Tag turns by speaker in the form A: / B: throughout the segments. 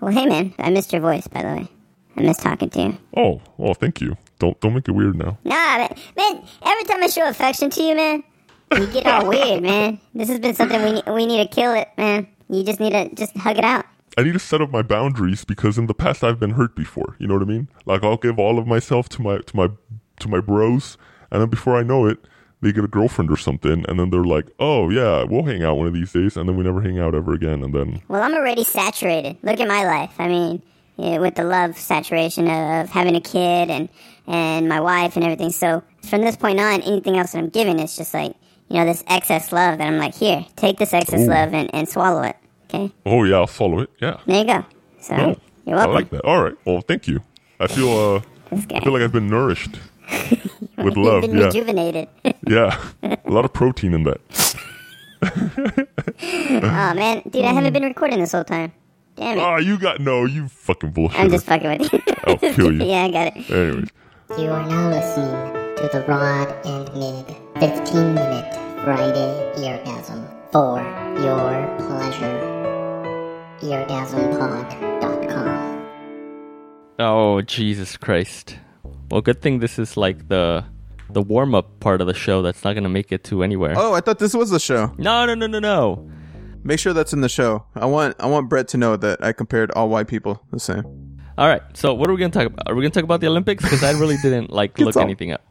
A: Well, hey, man. I missed your voice, by the way. I miss talking to you.
B: Oh, oh, thank you. Don't don't make it weird now.
A: Nah, man, man. Every time I show affection to you, man, you get all weird, man. This has been something we ne- we need to kill it, man. You just need to just hug it out.
B: I need to set up my boundaries because in the past I've been hurt before. You know what I mean? Like I'll give all of myself to my to my to my bros, and then before I know it, they get a girlfriend or something, and then they're like, "Oh yeah, we'll hang out one of these days," and then we never hang out ever again. And then
A: Well, I'm already saturated. Look at my life. I mean, yeah, with the love saturation of, of having a kid and and my wife and everything. So from this point on, anything else that I'm given is just like you know this excess love that I'm like, here, take this excess
B: Ooh.
A: love and, and swallow it. Okay,
B: oh yeah, I'll follow it. Yeah,
A: there you go. So
B: no,
A: you're
B: I
A: welcome.
B: like that. All right, well, thank you. I feel uh,
A: this guy.
B: I feel like I've been nourished with love.
A: You've been
B: Yeah,
A: rejuvenated.
B: yeah, a lot of protein in that.
A: oh man, dude, I
B: Mm.
A: haven't been recording this whole time. Damn it.
B: Ah, you got no, you fucking bullshit.
A: I'm just fucking with you.
B: I'll kill you.
A: yeah, I got it.
B: Anyways,
C: You are now listening to the Rod and Mig 15 minute Friday Eargasm for your pleasure. EargasmPod.com.
D: Oh Jesus Christ! Well, good thing this is like the the warm up part of the show that's not gonna make it to anywhere.
E: Oh, I thought this was the show.
D: No, no, no, no, no!
E: Make sure that's in the show. I want I want Brett to know that I compared all white people the same.
D: All right, so what are we gonna talk about? Are we gonna talk about the Olympics? Because I really didn't like look
E: all-
D: anything up.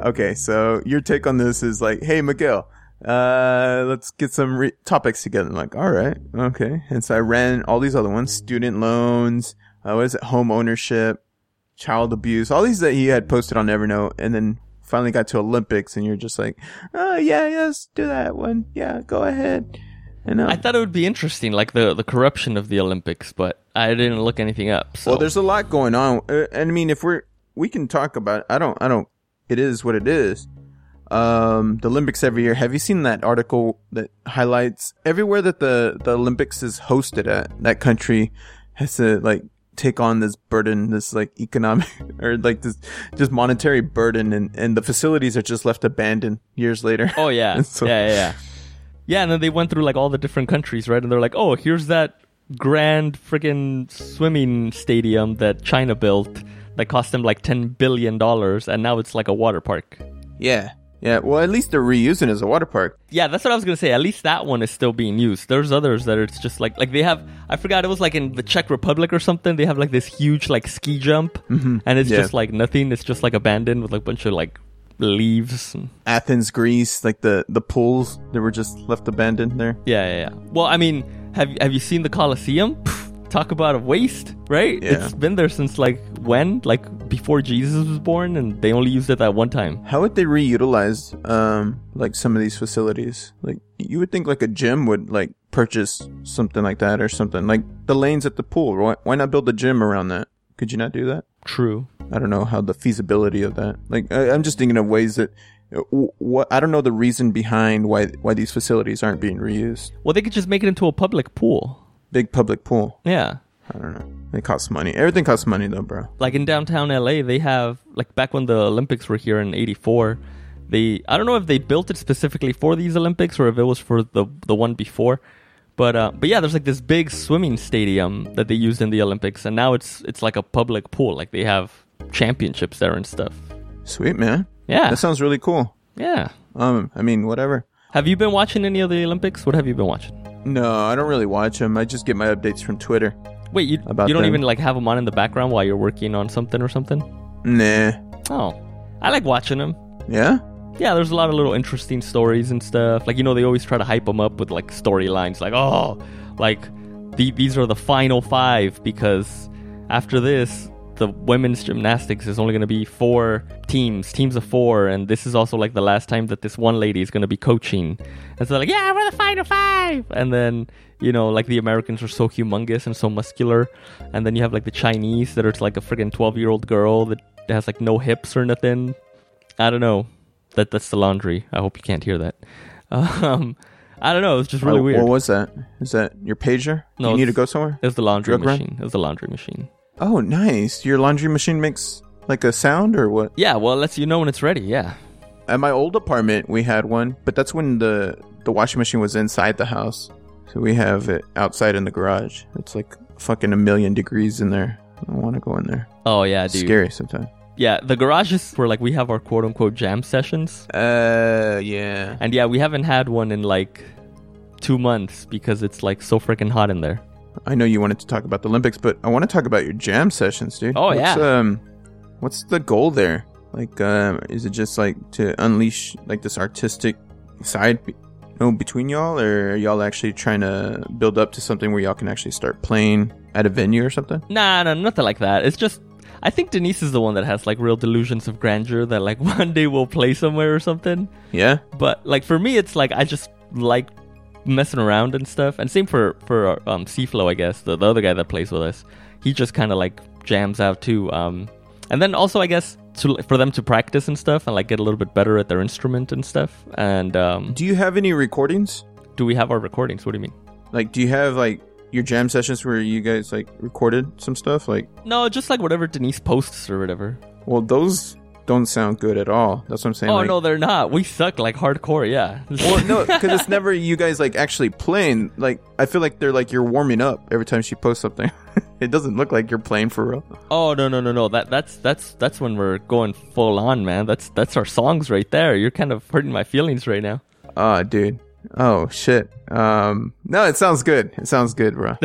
E: Okay, so your take on this is like, hey Miguel, uh, let's get some re- topics together. I'm like, all right, okay. And so I ran all these other ones: student loans, uh, what is it, home ownership, child abuse, all these that he had posted on Evernote, and then finally got to Olympics, and you're just like, oh yeah, yeah, let's do that one. Yeah, go ahead. And uh,
D: I thought it would be interesting, like the the corruption of the Olympics, but I didn't look anything up. So
E: Well, there's a lot going on, Uh, and I mean, if we're we can talk about. It. I don't. I don't. It is what it is. Um, the Olympics every year. Have you seen that article that highlights everywhere that the the Olympics is hosted at? That country has to like take on this burden, this like economic or like this just monetary burden, and and the facilities are just left abandoned years later.
D: oh yeah,
E: So-
D: yeah, yeah, yeah. Yeah, and then they went through like all the different countries, right? And they're like, oh, here's that grand freaking swimming stadium that China built that cost them like ten billion dollars, and now it's like a water park.
E: yeah, yeah. Well, at least they're reusing it as a water park.
D: Yeah, that's what I was gonna say. At least that one is still being used. There's others that it's just like like they have. I forgot it was like in the Czech Republic or something. They have like this huge like ski jump, and it's
E: Mm-hmm. yeah.
D: just like nothing. It's just like abandoned with like a bunch of like leaves. And,
E: Athens, Greece, like the the pools that were just left abandoned there.
D: yeah, yeah, yeah. Well, I mean, have have you seen the Colosseum? Pff, Talk about a waste, right?
E: Yeah.
D: It's been there since like when? Like before Jesus was born, and they only used it that one time.
E: How would they reutilize um like some of these facilities? Like you would think like a gym would like purchase something like that or something like the lanes at the pool. Why, why not build a gym around that? Could you not do that?
D: True.
E: I don't know how the feasibility of that. Like I, I'm just thinking of ways that uh, what I don't know the reason behind why why these facilities aren't being reused.
D: Well, they could just make it into a public pool.
E: Big public pool.
D: Yeah.
E: I don't know. It costs money. Everything costs money though, bro.
D: like in downtown LA, they have like back when the Olympics were here in '84. They I don't know if they built it specifically for these Olympics or if it was for the the one before, but uh, but yeah, there's like this big swimming stadium that they used in the Olympics, and now it's it's like a public pool. Like they have championships there and stuff.
E: Sweet man.
D: Yeah,
E: That sounds really cool.
D: yeah.
E: Um, I mean, whatever.
D: Have you been watching any of the Olympics? What have you been watching?
E: No, I don't really watch them. I just get my updates from Twitter.
D: Wait, you
E: About
D: you don't
E: them.
D: even like have them on in the background while you're working on something or something?
E: Nah.
D: Oh, I like watching them.
E: Yeah?
D: Yeah, there's a lot of little interesting stories and stuff. Like you know, they always try to hype them up with like storylines, like oh, like the, these are the final five because after this, the women's gymnastics is only going to be four teams, teams of four, and this is also like the last time that this one lady is going to be coaching. And so they're like, yeah, we're the final five, and then you know, like the Americans are so humongous and so muscular, and then you have like the Chinese that are like a freaking twelve-year-old girl that has like no hips or nothing. I don't know. That that's the laundry. I hope you can't hear that. Um, I don't know. It was just really
E: Oh,
D: weird.
E: What was that? Is that your pager?
D: No,
E: you need to
D: it's-
E: go somewhere?
D: it was the laundry
E: Drug run?
D: machine. It was the laundry machine.
E: Oh, nice. Your laundry machine makes like a sound or what?
D: Yeah, well, it lets you know when it's ready. Yeah.
E: At my old apartment, we had one, but that's when the the washing machine was inside the house. So we have it outside in the garage. It's like fucking a million degrees in there. I don't want to go in there.
D: Oh yeah,
E: It's
D: dude.
E: scary sometimes.
D: Yeah, the garage is where like we have our quote unquote jam sessions,
E: Uh, yeah.
D: and yeah, we haven't had one in like two months because it's like so freaking hot in there.
E: I know you wanted to talk about the Olympics, but I want to talk about your jam sessions, dude.
D: Oh,
E: what's,
D: yeah.
E: Um, what's the goal there? Like, um, is it just like to unleash like this artistic side, be- you know, between y'all, or are y'all actually trying to build up to something where y'all can actually start playing at a venue or something?
D: Nah, no, nothing like that. It's just I think Denise is the one that has like real delusions of grandeur that like one day we'll play somewhere or something.
E: Yeah.
D: But like for me, it's like I just like messing around and stuff. And same for for um, Seaflow, I guess the, the other guy that plays with us. He just kind of like jams out too. Um, and then also I guess to for them to practice and stuff and like get a little bit better at their instrument and stuff. And um,
E: Do you have any recordings?
D: do we have our recordings? What do you mean?
E: Like, do you have like your jam sessions where you guys like recorded some stuff? Like,
D: No, just like whatever Denise posts or whatever.
E: well, those don't sound good at all. That's what I'm saying.
D: oh
E: like-
D: no, they're not. We suck like hardcore. Yeah.
E: Well, no, because it's never you guys like actually playing. Like, I feel like they're like you're warming up every time she posts something. it doesn't look like you're playing for real.
D: Oh no no no no that that's that's that's when we're going full on man that's that's our songs right there you're kind of hurting my feelings right now
E: Ah, dude. Oh shit. Um, no, it sounds good. It sounds good, bro.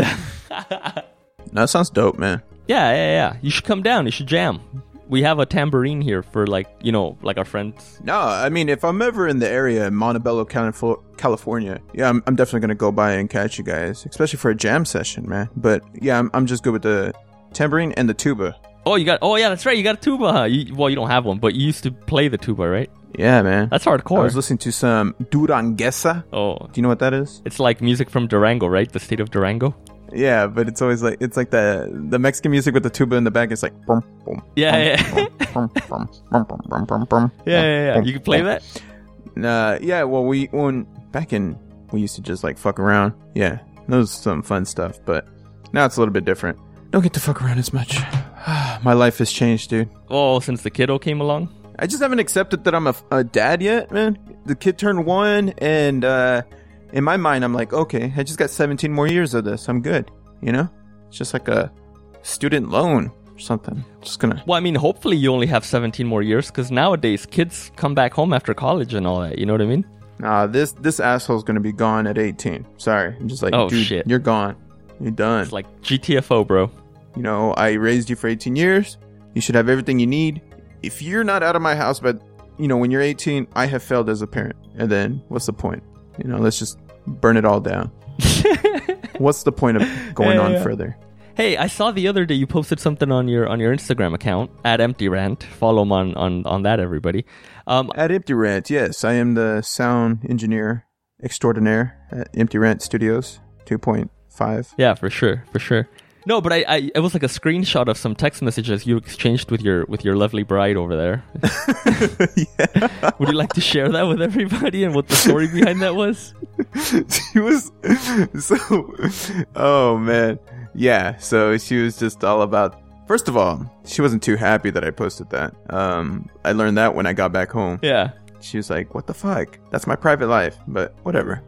E: no, it sounds dope, man.
D: Yeah, yeah, yeah. You should come down. You should jam. We have a tambourine here for like you know, like our friends.
E: No, I mean, if I'm ever in the area in Montebello, Calif- California, yeah, I'm, I'm definitely gonna go by and catch you guys, especially for a jam session, man. But yeah, I'm, I'm just good with the tambourine and the tuba.
D: Oh, you got. Oh, yeah, that's right. You got a tuba. Huh? You, well, you don't have one, but you used to play the tuba, right?
E: Yeah, man.
D: That's
E: I was
D: hardcore.
E: listening to some Duranguesa.
D: oh,
E: Do you know what that is?
D: it's like music from Durango, right? The state of Durango.
E: Yeah, but it's always like it's like the the Mexican music with the tuba in the back. It's like brum, brum,
D: Yeah, yeah,
E: brum, brum, brum, brum, brum, brum, brum.
D: yeah, yeah, yeah. You can play that.
E: Uh, yeah. Well, we when back in we used to just like fuck around. Yeah, that was some fun stuff. But now it's a little bit different. Don't get to fuck around as much. My life has changed, dude.
D: Oh, since the kiddo came along.
E: I just haven't accepted that I'm a, a dad yet, man. The kid turned one, and uh, in my mind, I'm like, okay, I just got 17 more years of this. I'm good, you know. It's just like a student loan or something. Just gonna.
D: Well, I mean, hopefully you only have 17 more years, because nowadays kids come back home after college and all that. You know what I mean?
E: Nah, this this asshole's gonna be gone at 18. Sorry, I'm just like,
D: Oh,
E: dude,
D: shit.
E: you're gone. You're done.
D: It's like GTFO, bro.
E: You know, I raised you for 18 years. You should have everything you need. If you're not out of my house, but you know, when you're 18, I have failed as a parent. And then what's the point? You know, let's just burn it all down. what's the point of going on further?
D: Hey, I saw the other day you posted something on your on your Instagram account at Empty Rant. Follow him on on on that, everybody. Um,
E: At Empty Rant, yes, I am the sound engineer extraordinaire at Empty Rant Studios 2.5.
D: yeah, for sure, for sure. No, but I, I it was like a screenshot of some text messages you exchanged with your with your lovely bride over there. Would you like to share that with everybody and what the story behind that was?
E: she was so oh man yeah so she was just all about first of all she wasn't too happy that i posted that um i learned that when i got back home
D: Yeah.
E: she was like what the fuck that's my private life but whatever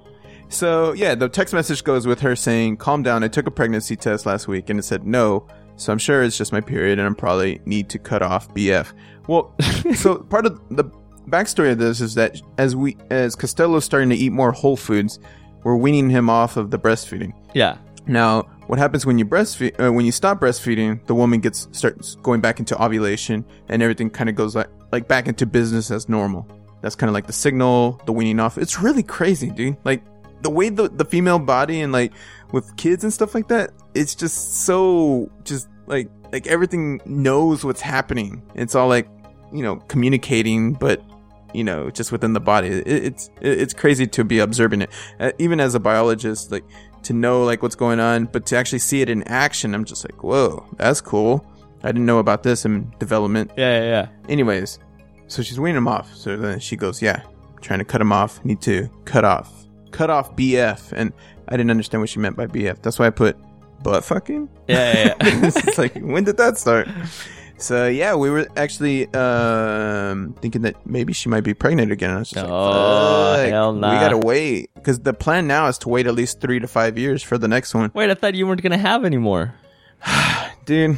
E: so yeah the text message goes with her saying calm down i took a pregnancy test last week and it said no so i'm sure it's just my period and i probably need to cut off bf well so part of the backstory of this is that as we as costello's starting to eat more whole foods we're weaning him off of the breastfeeding
D: Yeah.
E: now, what happens when you breastfeed? Uh, when you stop breastfeeding, the woman gets starts going back into ovulation, and everything kind of goes like like back into business as normal. That's kind of like the signal, the weaning off. It's really crazy, dude. Like the way the the female body and like with kids and stuff like that, it's just so just like like everything knows what's happening. It's all like you know communicating, but you know just within the body. It, it's it, it's crazy to be observing it, uh, even as a biologist. Like to know like what's going on, but to actually see it in action, I'm just like, whoa, that's cool. I didn't know about this in development.
D: Yeah, yeah, yeah.
E: Anyways, so she's weaning him off. So then she goes, yeah, trying to cut him off. Need to cut off, cut off BF. And I didn't understand what she meant by BF. That's why I put butt fucking.
D: Yeah, yeah, yeah.
E: it's like, when did that start? So yeah, we were actually um, thinking that maybe she might be pregnant again. And I was just like,
D: Oh,
E: "Fuck,
D: hell nah."
E: We gotta wait because the plan now is to wait at least three to five years for the next one,
D: Wait, I thought you weren't gonna have anymore,
E: dude.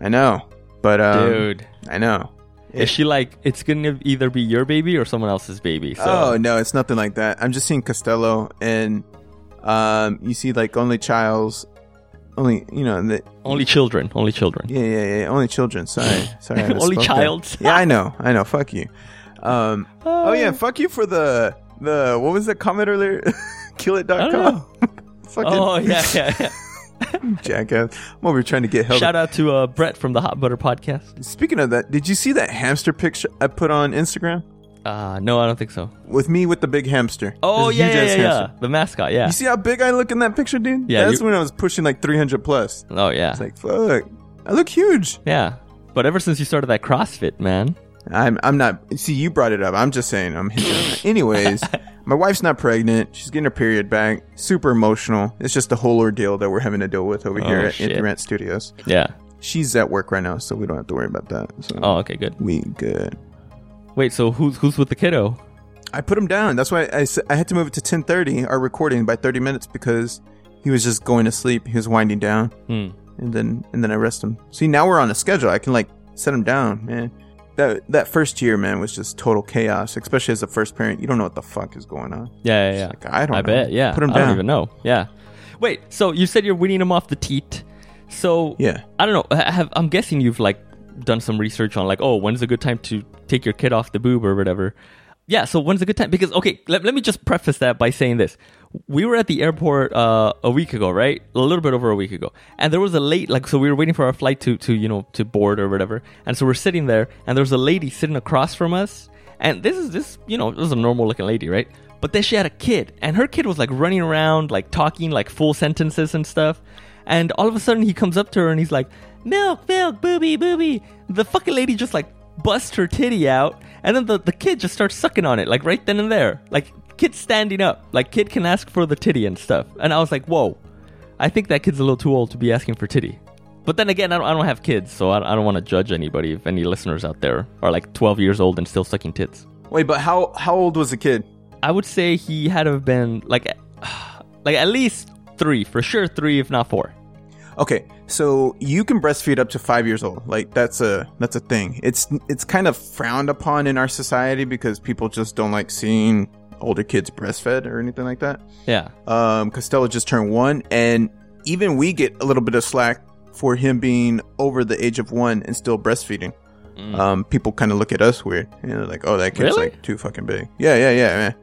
E: I know, but um,
D: dude.
E: I know.
D: Is she like it's gonna either be your baby or someone else's baby? So
E: Oh no, it's nothing like that. I'm just seeing Costello, and um, you see like only child's, only you know the,
D: only children, only children.
E: Yeah, yeah, yeah. Only children. Sorry, sorry. I
D: Only
E: misspoke there.
D: childs.
E: Yeah, I know. I know. Fuck you. Um. Oh
D: Uh.
E: yeah. Fuck you for the the what was the comment earlier?
D: I don't
E: Killit.com.
D: know.
E: Fucking
D: Oh yeah, yeah. yeah.
E: jackass. I'm over here trying to get help.
D: Shout out to uh, Brett from the Hot Butter Podcast.
E: Speaking of that, did you see that hamster picture I put on Instagram
D: Uh, no, I don't think so.
E: with me with the big hamster?
D: Oh
E: This
D: yeah, yeah, yeah,
E: huge-ass
D: yeah.
E: hamster.
D: the mascot. Yeah.
E: You see how big I look in that picture, dude?
D: Yeah,
E: That's
D: you-
E: when I was pushing like 300 plus.
D: Oh yeah,
E: It's like fuck. I look huge.
D: yeah. But ever since you started that CrossFit, man,
E: I'm I'm not. See, you brought it up. I'm just saying. I'm. Hinting on it. Anyways, my wife's not pregnant. She's getting her period back. Super emotional. It's just the whole ordeal that we're having to deal with over
D: Oh,
E: here at
D: shit.
E: Internet Studios.
D: yeah.
E: She's at work right now, so we don't have to worry about that. So
D: Oh, okay, good.
E: we good.
D: Wait, so who's who's with the kiddo?
E: I put him down. That's why I, s- I had to move it to 10:30 our recording by 30 minutes because he was just going to sleep. He was winding down,
D: Hmm.
E: and then and then I rest him. See, now we're on a schedule. I can like set him down, man. That that first year, man, was just total chaos. Especially as a first parent, you don't know what the fuck is going on.
D: Yeah, yeah, yeah.
E: Like, I don't.
D: I
E: know.
D: bet. Yeah.
E: Put him
D: I
E: down.
D: don't even know. Yeah. Wait. So you said you're weaning him off the teat. So
E: Yeah.
D: I don't know. I Have, I'm guessing you've like done some research on like, oh, when's a good time to take your kid off the boob or whatever. Yeah. So when's a good time? Because okay, let, let me just preface that by saying this: we were at the airport uh, a week ago, right? A little bit over a week ago, and there was a late like, so we were waiting for our flight to to you know to board or whatever, and so we're sitting there, and there's a lady sitting across from us, and this is this you know this is a normal looking lady, right? But then she had a kid, and her kid was like running around, like talking like full sentences and stuff. And all of a sudden, he comes up to her and he's like, "Milk, milk, booby, booby." The fucking lady just like busts her titty out, and then the, the kid just starts sucking on it, like right then and there. Like kid standing up, like kid can ask for the titty and stuff. And I was like, "Whoa, I think that kid's a little too old to be asking for titty." But then again, I don't, I don't have kids, so I, I don't want to judge anybody. If any listeners out there are like 12 years old and still sucking tits,
E: Wait, but how how old was the kid?
D: I would say he had to have been like, like at least three for sure, three if not four.
E: Okay, so you can breastfeed up to five years old. Like that's a that's a thing. It's it's kind of frowned upon in our society because people just don't like seeing older kids breastfed or anything like that.
D: Yeah.
E: Um, Costello just turned one, and even we get a little bit of slack for him being over the age of one and still breastfeeding. Um, people kind of look at us weird, and they're like, "Oh, that kid's
D: Mm. Really?
E: like too fucking big." Yeah, yeah, yeah, man.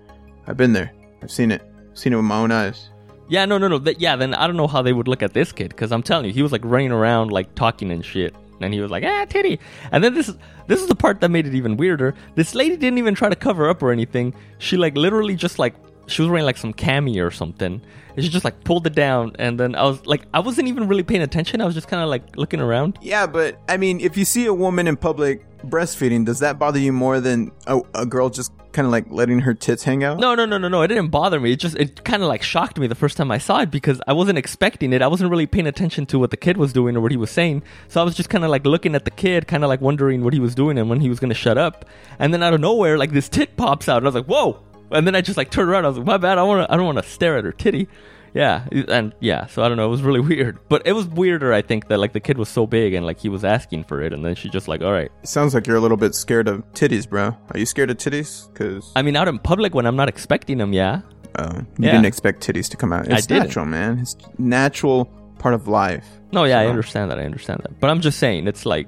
E: I've been there. I've seen it. seen it with my own eyes.
D: Yeah, no, no, no. Th- yeah, then I don't know how they would look at this kid because I'm telling you, he was like running around, like talking and shit, and he was like, "Ah, titty." And then this is this is the part that made it even weirder. This lady didn't even try to cover up or anything. She like literally just like she was wearing like some cami or something, and she just like pulled it down. And then I was like, I wasn't even really paying attention. I was just kind of like looking around.
E: Yeah, but I mean, if you see a woman in public breastfeeding, does that bother you more than a, a girl just kind of like letting her tits hang out?
D: No, no, no, no, no. It didn't bother me. It just it kind of like shocked me the first time I saw it because I wasn't expecting it. I wasn't really paying attention to what the kid was doing or what he was saying. So I was just kind of like looking at the kid, kind of like wondering what he was doing and when he was gonna shut up. And then out of nowhere, like this tit pops out, and I was like, "Whoa!" And then I just like turned around. I was like, "My bad. I want to. I don't want to stare at her titty." Yeah, and yeah. So I don't know. It was really weird, but it was weirder. I think that like the kid was so big and like he was asking for it, and then she just like, "All right."
E: It sounds like you're a little bit scared of titties, bro. Are you scared of titties? Because
D: I mean, out in public when I'm not expecting him, yeah.
E: Um, you
D: Yeah.
E: didn't expect titties to come out. It's
D: didn't.
E: natural, man. It's natural part of life.
D: No, yeah, I understand that. I understand that. But I'm just saying, it's like,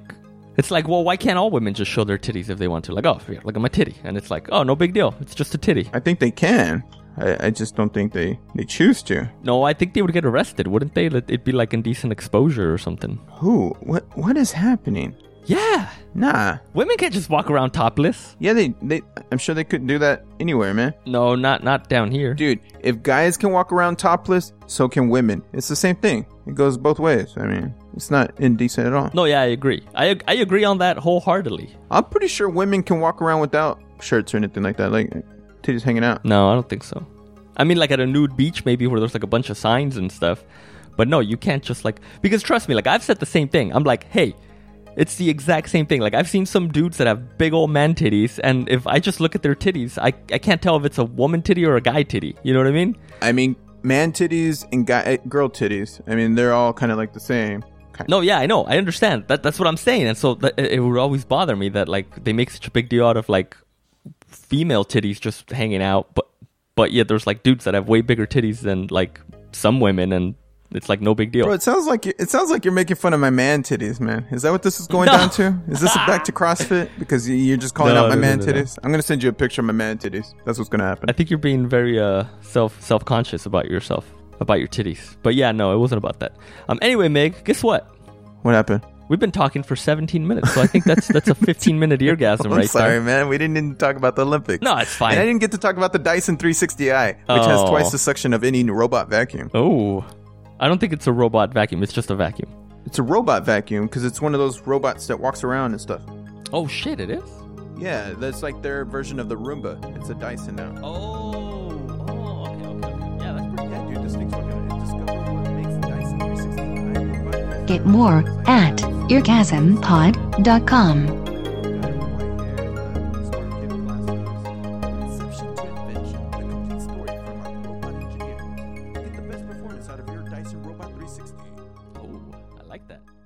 D: it's like, well, why can't all women just show their titties if they want to? Like, oh, here, look at my titty, and it's like, oh, no big deal. It's just a titty.
E: I think they can. I, I just don't think they, they choose to.
D: No, I think they would get arrested, wouldn't they? Let- It'd be like indecent exposure or something.
E: Who? What? What is happening?
D: Yeah,
E: Nah.
D: women can't just walk around topless.
E: Yeah, they, they. I'm sure they couldn't do that anywhere, man.
D: No, not not down here.
E: Dude, if guys can walk around topless, so can women. It's the same thing. It goes both ways. I mean, it's not indecent at all.
D: No, yeah, I agree. I ag- I agree on that wholeheartedly.
E: I'm pretty sure women can walk around without shirts or anything like that. Like, titties hanging out.
D: No, I don't think so. I mean, like at a nude beach, maybe where there's like a bunch of signs and stuff. But no, you can't just like because trust me, like I've said the same thing. I'm like, hey, It's the exact same thing. Like I've seen some dudes that have big old man titties, and if I just look at their titties, I, I can't tell if it's a woman titty or a guy titty. You know what I mean?
E: I mean, man titties and guy eh, girl titties. I mean, they're all kind of like the same. Kind
D: No, yeah, I know. I understand. That that's what I'm saying. And so that, it, it would always bother me that like they make such a big deal out of like female titties just hanging out, but but yet there's like dudes that have way bigger titties than like some women, and it's like no big deal.
E: Bro, it sounds like you- it sounds like you're making fun of my man titties, man. Is that what this is going
D: No.
E: down to? Is this back to CrossFit because you- you're just calling
D: No,
E: out my
D: no, no,
E: man
D: no, no.
E: titties? I'm gonna send you a picture of my man titties. That's what's gonna happen.
D: I think you're being very uh self self conscious about yourself about your titties. But yeah, no, it wasn't about that. Um. Anyway, Meg, guess what?
E: What happened?
D: We've been talking for 17 minutes, so I think that's that's a 15 minute orgasm
E: I'm
D: right
E: sorry,
D: there.
E: man. We didn't even talk about the Olympics.
D: No, it's fine.
E: And I didn't get to talk about the Dyson 360i, which has
D: Oh.
E: twice the suction of any robot vacuum.
D: Oh, I don't think it's a robot vacuum. It's just a vacuum.
E: It's a robot vacuum because it's one of those robots that walks around and stuff.
D: Oh shit, it is.
E: Yeah, that's like their version of the Roomba. It's a Dyson now.
D: Oh, oh, okay, okay, okay. Yeah, that's pretty
E: Yeah, dude, this thing's fucking. I discovered what makes the Dyson 360i robot.
F: Get more at eargasmpod.com.
E: uh, Get the best performance out of your Dyson Robot 360.
D: Oh, I like that.